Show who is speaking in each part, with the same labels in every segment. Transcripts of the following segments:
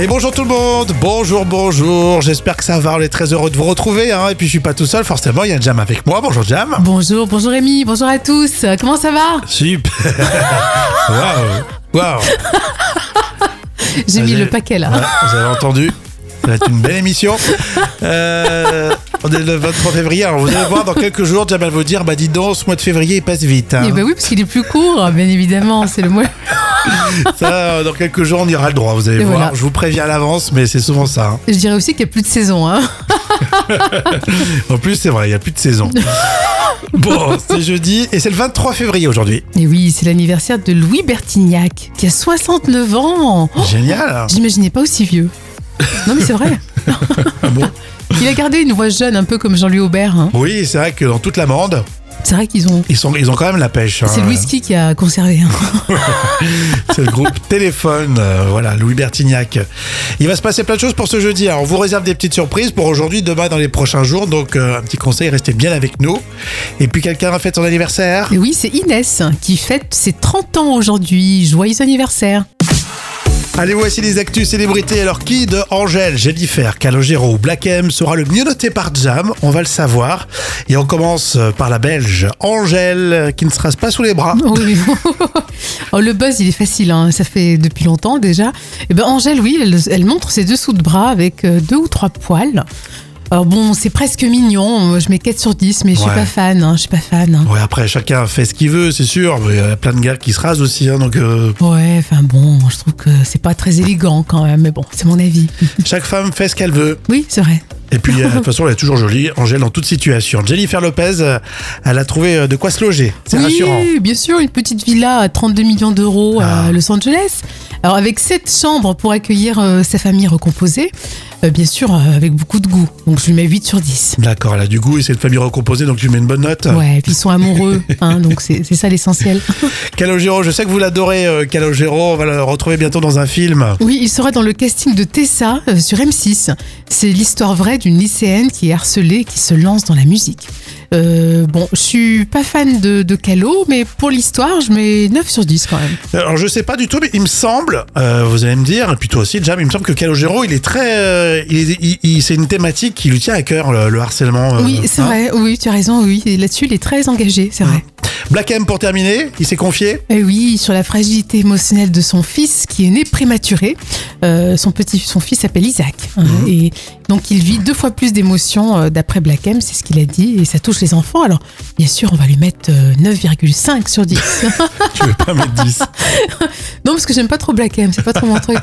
Speaker 1: Et bonjour tout le monde, bonjour, bonjour, j'espère que ça va, on est très heureux de vous retrouver, hein. et puis je suis pas tout seul, forcément, il y a Jam avec moi, bonjour Jam.
Speaker 2: Bonjour, bonjour Rémi, bonjour à tous. Euh, Comment ça va
Speaker 1: Super Waouh Waouh
Speaker 2: J'ai
Speaker 1: Ah,
Speaker 2: mis
Speaker 1: j'ai-
Speaker 2: le paquet là.
Speaker 1: Ouais, Vous avez entendu ça va être une belle émission. Euh, on est le 23 février. Alors vous allez voir dans quelques jours, Jam va vous dire bah dis donc, ce mois de février il passe vite. hein.
Speaker 2: Eh ben oui, parce qu'il est plus court, bien évidemment. C'est le mois.
Speaker 1: Ça, euh, dans quelques jours, on ira le droit. Vous allez
Speaker 2: Et
Speaker 1: voir.
Speaker 2: voilà.
Speaker 1: Je vous préviens à l'avance, mais c'est souvent ça. hein.
Speaker 2: Je dirais aussi qu'il n'y a plus de saison. Hein.
Speaker 1: En plus, c'est vrai, il n'y a plus de saison. bon, c'est jeudi et c'est le 23 février aujourd'hui.
Speaker 2: Et oui, c'est l'anniversaire de Louis Bertignac, qui a 69 ans. Oh,
Speaker 1: Génial.
Speaker 2: J'imaginais pas aussi vieux. Non, mais c'est vrai.
Speaker 1: Ah bon
Speaker 2: Il a gardé une voix jeune, un peu comme Jean-Louis Aubert. hein.
Speaker 1: Oui, c'est vrai que dans toute l'amende,
Speaker 2: C'est vrai qu'ils ont.
Speaker 1: ils, sont, ils ont quand même la pêche. hein.
Speaker 2: C'est le whisky qui a conservé. hein.
Speaker 1: C'est le groupe Téléphone, euh, voilà, Louis Bertignac. Il va se passer plein de choses pour ce jeudi. Alors, on vous réserve des petites surprises pour aujourd'hui, demain, dans les prochains jours. Donc, euh, un petit conseil, restez bien avec nous. Et puis, quelqu'un a fait son anniversaire
Speaker 2: Et oui, c'est Inès hein, qui fête ses 30 ans aujourd'hui. Joyeux anniversaire.
Speaker 1: Allez, voici les actus célébrités. Alors, qui de Angèle, Jennifer, Calogero ou Black M sera le mieux noté par Jam On va le savoir. Et on commence euh, par la Belge, Angèle, euh, qui ne se rase pas sous les bras.
Speaker 2: Oh oui. Oh, le buzz, il est facile, hein. ça fait depuis longtemps déjà. Et ben Angèle, oui, elle, elle montre ses dessous de bras avec euh, deux ou trois poils. Alors bon, c'est presque mignon, Euh, je mets 4 sur 10, mais je suis
Speaker 1: Ouais.
Speaker 2: pas fan, hein, je suis pas fan. hein.
Speaker 1: Ouais, après, chacun fait ce qu'il veut, c'est sûr. Mais Il y a plein de gars qui se rasent aussi, hein, donc... euh,
Speaker 2: Ouais, enfin bon, je trouve que c'est pas très élégant quand même, mais bon, c'est mon avis.
Speaker 1: Chaque femme fait ce qu'elle veut.
Speaker 2: Oui, c'est vrai.
Speaker 1: Et puis, euh, de toute façon, elle est toujours jolie, Angèle, dans toute situation. Jennifer Lopez, euh, elle a trouvé euh, de quoi se loger. C'est
Speaker 2: oui,
Speaker 1: rassurant.
Speaker 2: bien sûr, une petite villa à 32 millions d'euros
Speaker 1: Ah.
Speaker 2: à Los Angeles. Alors avec sept chambres pour accueillir euh, sa famille recomposée, Euh, bien sûr, euh, avec beaucoup de goût. Donc je lui mets 8 sur 10.
Speaker 1: D'accord, elle a du goût et c'est une famille recomposée, donc tu mets une bonne note.
Speaker 2: Ouais, et puis ils sont amoureux, hein, donc c'est c'est ça l'essentiel.
Speaker 1: Calogero, je sais que vous l'adorez, euh, Calogero. On va le retrouver bientôt dans un film. Euh,
Speaker 2: Oui, il sera dans le casting de Tessa euh, sur M6. C'est l'histoire vraie d'une lycéenne qui est harcelée et qui se lance dans la musique. Euh, bon, je suis pas fan de, de Calo, mais pour l'histoire, je mets 9 sur 10 quand même.
Speaker 1: Alors, je sais pas du tout, mais il me semble, euh, vous allez me dire, et puis toi aussi, Jam, il me semble que Calogero, il est très. euh, il est- il- il- c'est une thématique qui lui tient à cœur, le, le harcèlement. euh,
Speaker 2: oui, c'est
Speaker 1: hein.
Speaker 2: vrai, oui, tu as raison, oui. Et là-dessus, il est très engagé, c'est vrai.
Speaker 1: Black M, pour terminer, il s'est confié.
Speaker 2: Eh oui, sur la fragilité émotionnelle de son fils qui est né prématuré. Euh, son petit, son fils s'appelle Isaac. hein, Et donc il vit deux fois plus d'émotions euh, d'après Black M, c'est ce qu'il a dit, et ça touche les enfants. Alors bien sûr, on va lui mettre euh, 9,5 sur 10.
Speaker 1: Tu veux pas mettre 10.
Speaker 2: non, parce que j'aime pas trop Black M, c'est pas trop mon truc.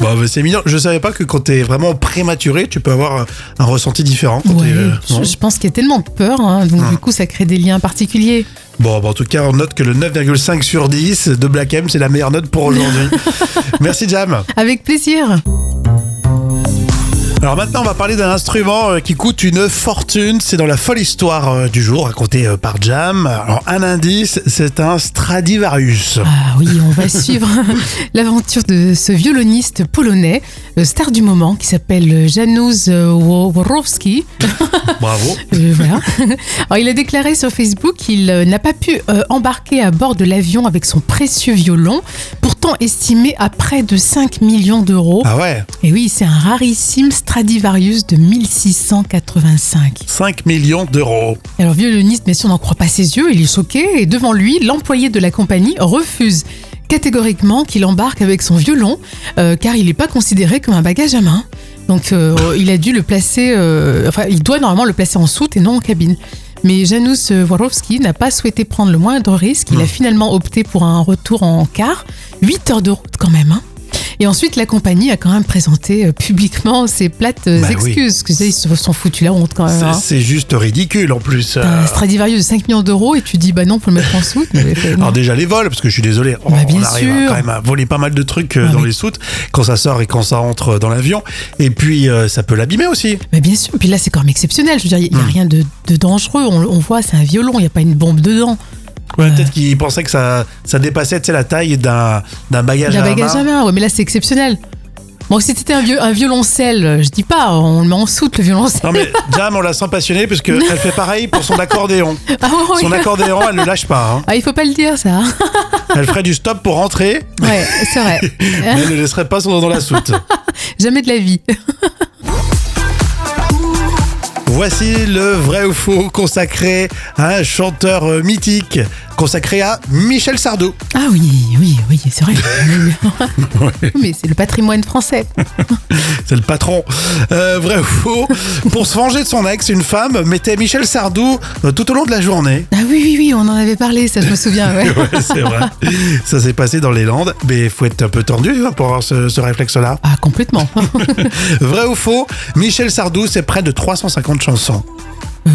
Speaker 1: Bon, bah, c'est mignon. Je savais pas que quand t'es vraiment prématuré, tu peux avoir un ressenti différent. quand t'es,
Speaker 2: Ouais,
Speaker 1: euh, non
Speaker 2: je, je pense qu'il y a tellement de peur, hein, donc du coup ça crée des liens particuliers.
Speaker 1: Bon, bah, en tout cas, on note que le 9,5 sur 10 de Black M, c'est la meilleure note pour aujourd'hui. Merci, Jam.
Speaker 2: Avec plaisir.
Speaker 1: Alors maintenant, on va parler d'un instrument euh, qui coûte une fortune. C'est dans la folle histoire euh, du jour, racontée euh, par Jam. Alors, un indice, c'est un Stradivarius.
Speaker 2: Ah oui, on va suivre l'aventure de ce violoniste polonais, euh, star du moment, qui s'appelle Janusz euh, Wo- Worowski.
Speaker 1: Bravo.
Speaker 2: Euh, voilà. Alors, il a déclaré sur Facebook qu'il euh, n'a pas pu euh, embarquer à bord de l'avion avec son précieux violon, pourtant estimé à près de 5 millions d'euros.
Speaker 1: Ah ouais,
Speaker 2: Et oui, c'est un rarissime Stradivarius de 1685.
Speaker 1: 5 millions d'euros.
Speaker 2: Alors, violoniste, bien sûr, n'en croit pas ses yeux, il est choqué, et devant lui, l'employé de la compagnie refuse catégoriquement qu'il embarque avec son violon, euh, car il n'est pas considéré comme un bagage à main. Donc, euh, il a dû le placer, euh, enfin, il doit normalement le placer en soute et non en cabine. Mais Janusz Warowski n'a pas souhaité prendre le moindre risque,
Speaker 1: Hmm.
Speaker 2: il a finalement opté pour un retour en car, 8 heures de route quand même. hein. Et ensuite, la compagnie a quand même présenté euh, publiquement ses plates euh,
Speaker 1: Bah oui.
Speaker 2: excuses, que ils se sont foutus la honte quand même.
Speaker 1: C'est
Speaker 2: hein.
Speaker 1: c'est juste ridicule en plus.
Speaker 2: T'as
Speaker 1: Euh,
Speaker 2: un Stradivarius de 5 millions d'euros et tu dis bah non pour le mettre en soute. Mais, euh, non.
Speaker 1: Alors déjà les vols, parce que je suis désolé, on,
Speaker 2: Bah, bien
Speaker 1: on arrive à-
Speaker 2: sûr.
Speaker 1: quand même à voler pas mal de trucs euh,
Speaker 2: Ah,
Speaker 1: dans
Speaker 2: oui.
Speaker 1: les soutes, quand ça sort et quand ça entre euh, dans l'avion. Et puis euh, ça peut l'abîmer aussi.
Speaker 2: Mais bien sûr, puis là c'est quand même exceptionnel. Je veux dire, il n'y a rien de, de dangereux. On, on voit, c'est un violon, il n'y a pas une bombe dedans. Euh,
Speaker 1: Ouais, Peut-être qu'il pensait que ça, ça dépassait tu sais, la taille d'un d'un bagage,
Speaker 2: Il y a
Speaker 1: à
Speaker 2: un bagage
Speaker 1: main.
Speaker 2: à main, ouais, mais là c'est exceptionnel. Bon, si c'était un, vieux, un violoncelle, je dis pas, on le met en soute le violoncelle.
Speaker 1: Non mais Jam, on la sent passionnée parce qu'elle fait pareil pour son accordéon.
Speaker 2: Ah, oui.
Speaker 1: Son accordéon, elle ne lâche pas. hein.
Speaker 2: Ah, il faut pas le dire ça.
Speaker 1: Elle ferait du stop pour rentrer,
Speaker 2: Ouais, c'est vrai.
Speaker 1: mais elle ne laisserait pas son doigt dans la soute.
Speaker 2: Jamais de la vie.
Speaker 1: Voici le vrai ou faux consacré à un chanteur euh, mythique, consacré à Michel Sardou.
Speaker 2: Ah oui, oui, oui, c'est vrai. Mais c'est le patrimoine français.
Speaker 1: C'est le patron. Euh, vrai ou faux Pour se venger de son ex, une femme mettait Michel Sardou euh, tout au long de la journée.
Speaker 2: Ah oui, oui, oui, on en avait parlé, ça je me souviens. ouais.
Speaker 1: Ouais, c'est vrai. Ça s'est passé dans les Landes, mais faut être un peu tendu hein, pour avoir ce, ce réflexe-là.
Speaker 2: Ah, complètement.
Speaker 1: Vrai ou faux Michel Sardou, c'est près de 350 chansons.
Speaker 2: Euh,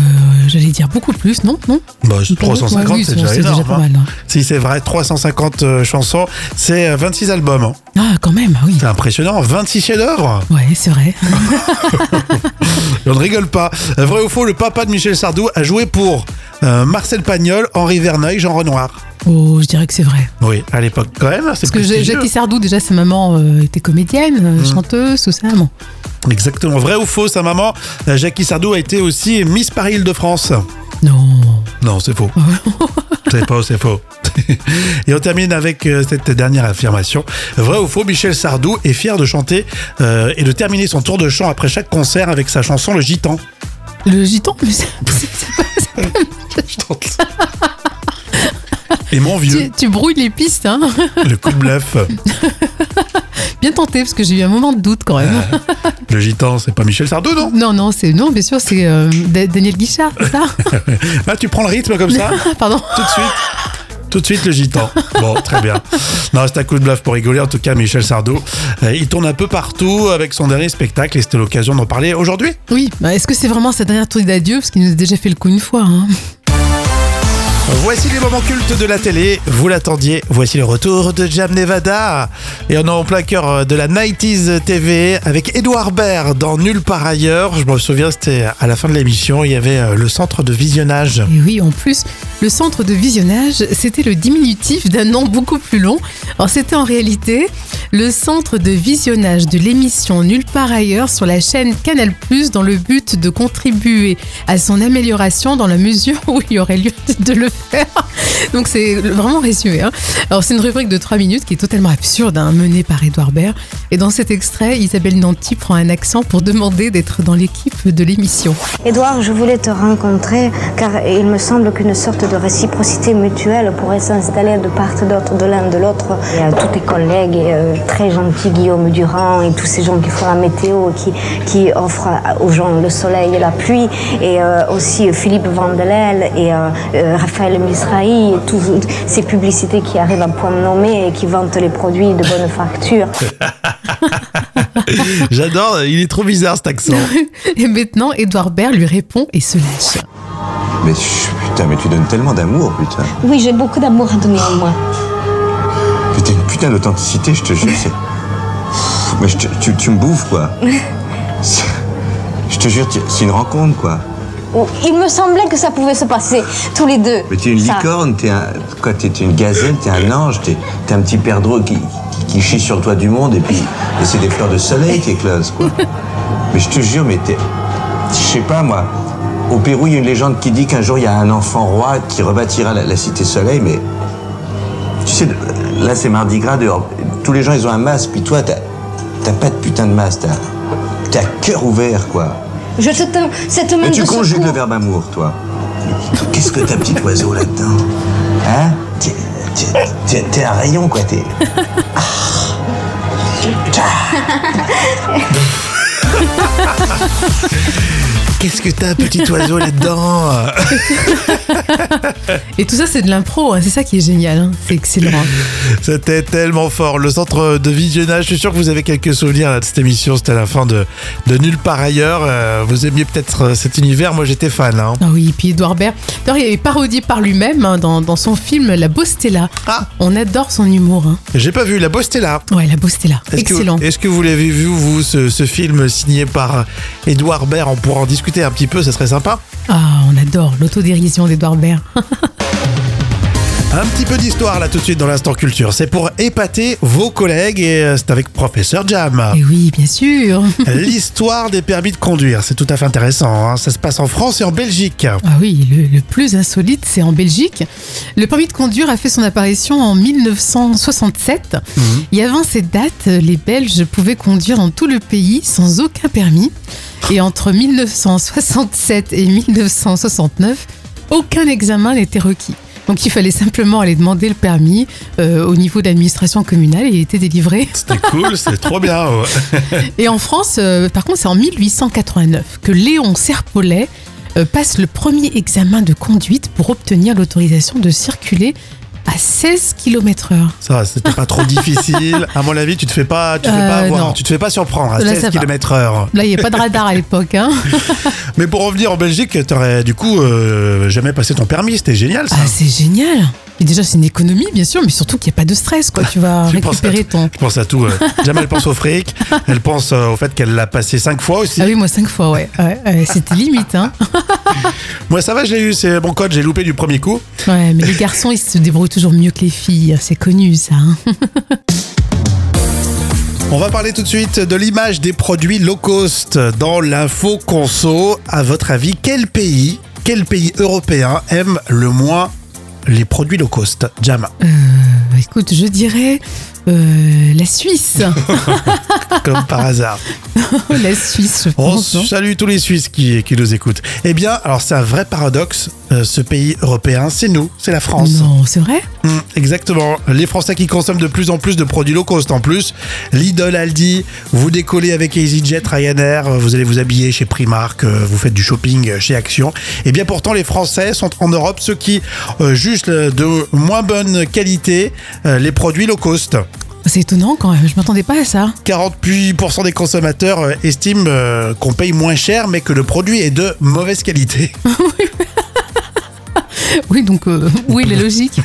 Speaker 2: J'allais dire beaucoup plus, non Non
Speaker 1: Bah,
Speaker 2: Pour vous,
Speaker 1: 350,
Speaker 2: ouais, oui,
Speaker 1: c'est déjà énorme.
Speaker 2: pas
Speaker 1: hein.
Speaker 2: mal. hein.
Speaker 1: Si c'est vrai, 350 euh, chansons, c'est euh, 26 albums. hein.
Speaker 2: Ah, quand même, ah oui.
Speaker 1: C'est impressionnant, 26 chefs-d'œuvre.
Speaker 2: Ouais, c'est vrai.
Speaker 1: Et On ne rigole pas. Euh, Vrai ou faux, le papa de Michel Sardou a joué pour euh, Marcel Pagnol, Henri Verneuil, Jean Renoir.
Speaker 2: Oh, je dirais que c'est vrai.
Speaker 1: Oui, à l'époque quand même, hein, c'est Mmh.
Speaker 2: Parce que
Speaker 1: prestigieux.
Speaker 2: Jackie Sardou, déjà, sa maman euh, était comédienne, euh, chanteuse, tout ça. Bon.
Speaker 1: Exactement, vrai ou faux, sa maman, euh, Jackie Sardou a été aussi Miss Paris Île-de-France.
Speaker 2: Non.
Speaker 1: Non, c'est faux. c'est faux, c'est faux. Et on termine avec euh, cette dernière affirmation. Vrai ou faux, Michel Sardou est fier de chanter euh, et de terminer son tour de chant après chaque concert avec sa chanson Le Gitan.
Speaker 2: Le gitan, mais ça- c'est- c'est pas-
Speaker 1: Je tente. Et mon vieux,
Speaker 2: tu, tu brouilles les pistes, hein.
Speaker 1: le coup de bluff.
Speaker 2: Bien tenté, parce que j'ai eu un moment de doute quand même.
Speaker 1: Ah. Le Gitan, c'est pas Michel Sardou, non
Speaker 2: Non, non, c'est non, bien sûr, c'est euh, Da- Daniel Guichard, c'est ça
Speaker 1: Là, Ah, tu prends le rythme comme ça,
Speaker 2: Pardon.
Speaker 1: tout de suite. Tout de suite, le gitan. Bon, très bien. Non, c'est un coup de bluff pour rigoler. En tout cas, Michel Sardou, euh, il tourne un peu partout avec son dernier spectacle et c'était l'occasion d'en parler aujourd'hui.
Speaker 2: Oui, bah, est-ce que c'est vraiment sa dernière tournée d'adieu Parce qu'il nous a déjà fait le coup une fois. hein.
Speaker 1: Voici les moments cultes de la télé. Vous l'attendiez. Voici le retour de Jam Nevada. Et on est en plein cœur de la 90s TV avec Edouard Baird dans Nulle part ailleurs. Je me souviens, c'était à la fin de l'émission. Il y avait euh, le centre de visionnage.
Speaker 2: Et oui, en plus, le centre de visionnage, c'était le diminutif d'un nom beaucoup plus long. Alors, c'était en réalité le centre de visionnage de l'émission Nulle part ailleurs sur la chaîne Canal+, dans le but de contribuer à son amélioration dans la mesure où il y aurait lieu de le faire. Donc, c'est vraiment résumé. hein. Alors, c'est une rubrique de 3 minutes qui est totalement absurde, hein, menée par Edouard Baird. Et dans cet extrait, Isabelle Nanty prend un accent pour demander d'être dans l'équipe de l'émission.
Speaker 3: Édouard, je voulais te rencontrer car il me semble qu'une sorte de réciprocité mutuelle pourrait s'installer de part et d'autre, de l'un de l'autre. Et à tous tes collègues, et, euh, très gentils Guillaume Durand et tous ces gens qui font la météo, qui, qui offrent à- aux gens le soleil et la pluie, et euh, aussi Philippe Vandelel et euh, euh, Raphaël Misrahi, et toutes ces publicités qui arrivent à point nommé et qui vantent les produits de bonne facture.
Speaker 1: J'adore. Il est trop bizarre cet accent.
Speaker 2: Et maintenant, Edouard Baird lui répond et se lâche.
Speaker 4: Mais chut, putain, mais tu donnes tellement d'amour, putain.
Speaker 3: Oui, j'ai beaucoup d'amour à donner à moi.
Speaker 4: Mais t'as une putain d'authenticité, je te jure. c'est- Mais je te- tu, tu me bouffes, quoi. C'est- Je te jure, tu- c'est une rencontre, quoi.
Speaker 3: Oh, Il me semblait que ça pouvait se passer tous les deux.
Speaker 4: Mais t'es une
Speaker 3: Ça.
Speaker 4: licorne, t'es un. Quoi, t'es t'es une gazelle, t'es un ange, t'es t'es un petit perdreau qui, qui, qui chie sur le toit du monde, et puis. Et c'est des fleurs de soleil qui éclosent, quoi. Mais je te jure, mais t'es. Je sais pas, moi. Au Pérou, il y a une légende qui dit qu'un jour, il y a un enfant roi qui rebâtira la, la cité soleil, mais. Tu sais, là, c'est Mardi Gras dehors. Tous les gens, ils ont un masque, puis toi, t'as. T'as pas de putain de masque, t'as. T'as cœur ouvert, quoi.
Speaker 3: Je te tends cette main
Speaker 4: Mais tu
Speaker 3: de
Speaker 4: conjugues
Speaker 3: secours.
Speaker 4: le verbe amour, toi. Qu'est-ce que t'as, petit oiseau, là-dedans Hein T'es- t'es- T'es t'es un rayon, quoi, t'es. Ah. Ah.
Speaker 1: Qu'est-ce que t'as, petit oiseau là-dedans
Speaker 2: Et tout ça, c'est de l'impro, hein, c'est ça qui est génial, hein, c'est excellent. hein.
Speaker 1: C'était tellement fort. Le centre de visionnage, je suis sûr que vous avez quelques souvenirs là, de cette émission. C'était la fin de, de Nulle part ailleurs. Euh, vous aimiez peut-être euh, cet univers. Moi, j'étais fan. hein.
Speaker 2: Ah oui, et puis Edouard Baird, d'ailleurs, il est parodié par lui-même hein, dans, dans son film La Bostella.
Speaker 1: Ah.
Speaker 2: On adore son humour. hein.
Speaker 1: J'ai pas vu. La bosse était là.
Speaker 2: Ouais, La Bostella,
Speaker 1: Est-ce que-
Speaker 2: excellent.
Speaker 1: Est-ce que vous l'avez vu, vous, ce, ce film signé par Edouard Baird On pourra en discuter un petit peu, ça serait sympa. Ah.
Speaker 2: Ah, on adore l'autodérision d'Edouard Baird.
Speaker 1: Un petit peu d'histoire là tout de suite dans l'instant culture. C'est pour épater vos collègues et euh, c'est avec Professeur Jam.
Speaker 2: Et oui, bien sûr.
Speaker 1: L'histoire des permis de conduire, c'est tout à fait intéressant. hein. Ça se passe en France et en Belgique.
Speaker 2: Ah oui, le, le plus insolite, c'est en Belgique. Le permis de conduire a fait son apparition en 1967. Et avant cette date, les Belges pouvaient conduire dans tout le pays sans aucun permis. Et entre 1967 et 1969, aucun examen n'était requis. Donc il fallait simplement aller demander le permis euh, au niveau de l'administration communale et il était délivré.
Speaker 1: C'était cool, c'était trop bien. ouais.
Speaker 2: Et en France, euh, par contre, c'est en 1889 que Léon Serpollet euh, passe le premier examen de conduite pour obtenir l'autorisation de circuler à 16 km/h.
Speaker 1: Ça, va, c'était pas trop difficile. À mon avis, tu te fais pas, tu te fais pas
Speaker 2: Euh,
Speaker 1: avoir,
Speaker 2: non.
Speaker 1: tu te fais pas surprendre à
Speaker 2: Là,
Speaker 1: 16
Speaker 2: ça va.
Speaker 1: km heure.
Speaker 2: Là, il n'y a pas de radar à l'époque. Hein
Speaker 1: Mais pour revenir en Belgique, t'aurais du coup euh, jamais passé ton permis, c'était génial ça.
Speaker 2: ah, c'est génial Et déjà, c'est une économie, bien sûr, mais surtout qu'il n'y a pas de stress. quoi. Tu vas
Speaker 1: Je pense à
Speaker 2: récupérer
Speaker 1: tout.
Speaker 2: ton...
Speaker 1: Je pense à tout. euh. Jamal pense au fric. Elle pense euh, au fait qu'elle l'a passé cinq fois aussi.
Speaker 2: Ah oui, moi, cinq fois, ouais. ouais, ouais, C'était limite. Hein
Speaker 1: Moi, ça va, je l'ai eu. C'est bon code. J'ai loupé du premier coup.
Speaker 2: ouais, mais les garçons, ils se débrouillent toujours mieux que les filles. C'est connu, ça. hein.
Speaker 1: On va parler tout de suite de l'image des produits low cost dans l'info conso. À votre avis, quel pays, quel pays européen aime le moins les produits low cost Jam,
Speaker 2: Bah, écoute, je dirais euh, la Suisse.
Speaker 1: comme par hasard.
Speaker 2: la Suisse, je
Speaker 1: On
Speaker 2: pense. hein. non
Speaker 1: salue tous les Suisses qui, qui nous écoutent. Eh bien, alors c'est un vrai paradoxe. euh, ce pays européen, c'est nous, c'est la France.
Speaker 2: Non, c'est vrai
Speaker 1: Mm, exactement. Les Français qui consomment de plus en plus de produits low cost en plus. Lidl, Aldi, vous décollez avec EasyJet, Ryanair, euh, vous allez vous habiller chez Primark, euh, vous faites du shopping euh, chez Action. Et bien pourtant, les Français sont en Europe ceux qui euh, jugent euh, de moins bonne qualité euh, les produits low cost.
Speaker 2: C'est étonnant quand même, je m'attendais pas à ça.
Speaker 1: 48% des consommateurs euh, estiment euh, qu'on paye moins cher mais que le produit est de mauvaise qualité.
Speaker 2: Oui, donc euh, oui, la logique.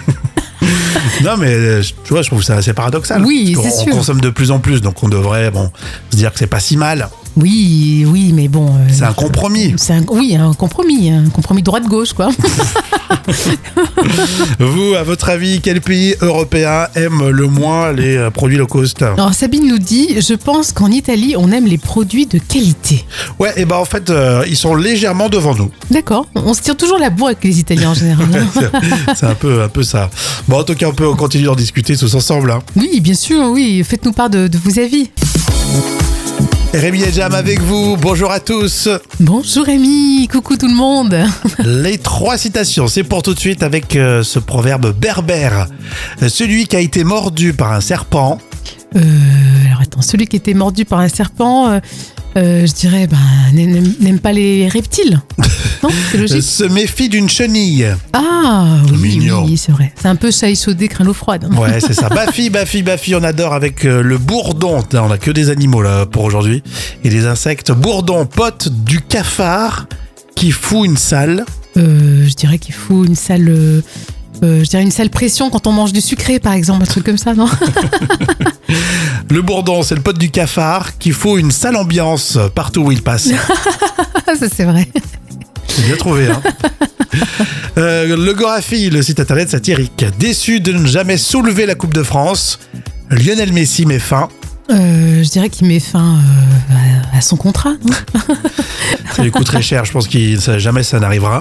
Speaker 1: Non, mais euh, je- tu vois, je trouve ça assez paradoxal.
Speaker 2: Oui,
Speaker 1: Parce
Speaker 2: c'est
Speaker 1: qu'on-
Speaker 2: sûr.
Speaker 1: On consomme de plus en plus, donc on devrait bon, se dire que c'est pas si mal.
Speaker 2: Oui, oui, mais bon. euh,
Speaker 1: C'est un compromis.
Speaker 2: c'est un- oui, un compromis, hein, un compromis droite-gauche, quoi.
Speaker 1: Vous, à votre avis, quel pays européen aime le moins les euh, produits low cost
Speaker 2: Alors Sabine nous dit, je pense qu'en Italie, on aime les produits de qualité.
Speaker 1: Ouais, et ben en fait, euh, ils sont légèrement devant nous.
Speaker 2: D'accord, on se tire toujours la bourre avec les Italiens en général. hein.
Speaker 1: C'est- C'est un peu, un peu ça. Bon, en tout cas, on peut continuer d'en discuter tous ensemble. hein.
Speaker 2: oui, bien sûr, oui, faites-nous part de, de vos avis.
Speaker 1: Rémi et Jam avec vous. Bonjour à tous.
Speaker 2: Bonjour Amy, coucou tout le monde.
Speaker 1: Les trois citations, c'est pour tout de suite avec euh, ce proverbe berbère. Celui qui a été mordu par un serpent
Speaker 2: Euh, alors attends, celui qui était mordu par un serpent, euh, euh, je dirais, ben, n'aime n'aime pas les reptiles. Non, c'est
Speaker 1: euh,
Speaker 2: logique.
Speaker 1: se méfie d'une chenille.
Speaker 2: Ah oui,
Speaker 1: Mignon.
Speaker 2: oui, c'est vrai. C'est un peu chat échaudé, craint l'eau froide. hein.
Speaker 1: Ouais, c'est ça. Bafi, Bafi, Bafi, on adore avec euh, le bourdon. Là, on a que des animaux là pour aujourd'hui et des insectes. Bourdon, pote du cafard qui fout une salle.
Speaker 2: Euh, je dirais qu'il faut une salle, euh, euh, je dirais une salle pression quand on mange du sucré, par exemple, un truc comme ça, non
Speaker 1: Le bourdon, c'est le pote du cafard qui fout une sale ambiance partout où il passe.
Speaker 2: Ah, Ça c'est vrai.
Speaker 1: C'est bien trouvé. Hein Euh, le Gorafi, le site internet satirique. Déçu de ne jamais soulever la Coupe de France, Lionel Messi met fin.
Speaker 2: Euh, je dirais qu'il met fin euh, à à son contrat. non
Speaker 1: Ça lui coûte très cher, je pense que jamais ça n'arrivera.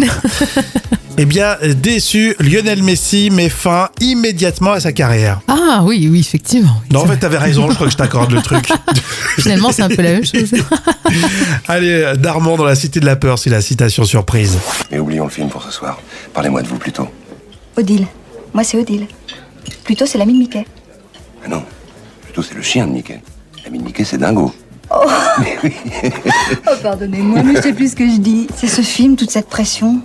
Speaker 1: Eh bien, déçu, Lionel Messi met fin immédiatement à sa carrière.
Speaker 2: ah oui, oui, effectivement. oui,
Speaker 1: Non, en
Speaker 2: c'est
Speaker 1: fait,
Speaker 2: vrai.
Speaker 1: t'avais raison, je crois que je t'accorde le truc.
Speaker 2: Finalement, c'est un peu la même chose.
Speaker 1: Allez, Darman dans la Cité de la Peur, c'est la citation surprise.
Speaker 5: Mais oublions le film pour ce soir. Parlez-moi de vous plutôt.
Speaker 6: Odile. Moi, c'est Odile. Plutôt, c'est l'ami de Mickey.
Speaker 5: Ah non, plutôt c'est le chien de Mickey. L'ami de Mickey, c'est Dingo.
Speaker 6: Oh, pardonnez-moi, mais je sais plus ce que je dis. C'est ce film, toute cette pression.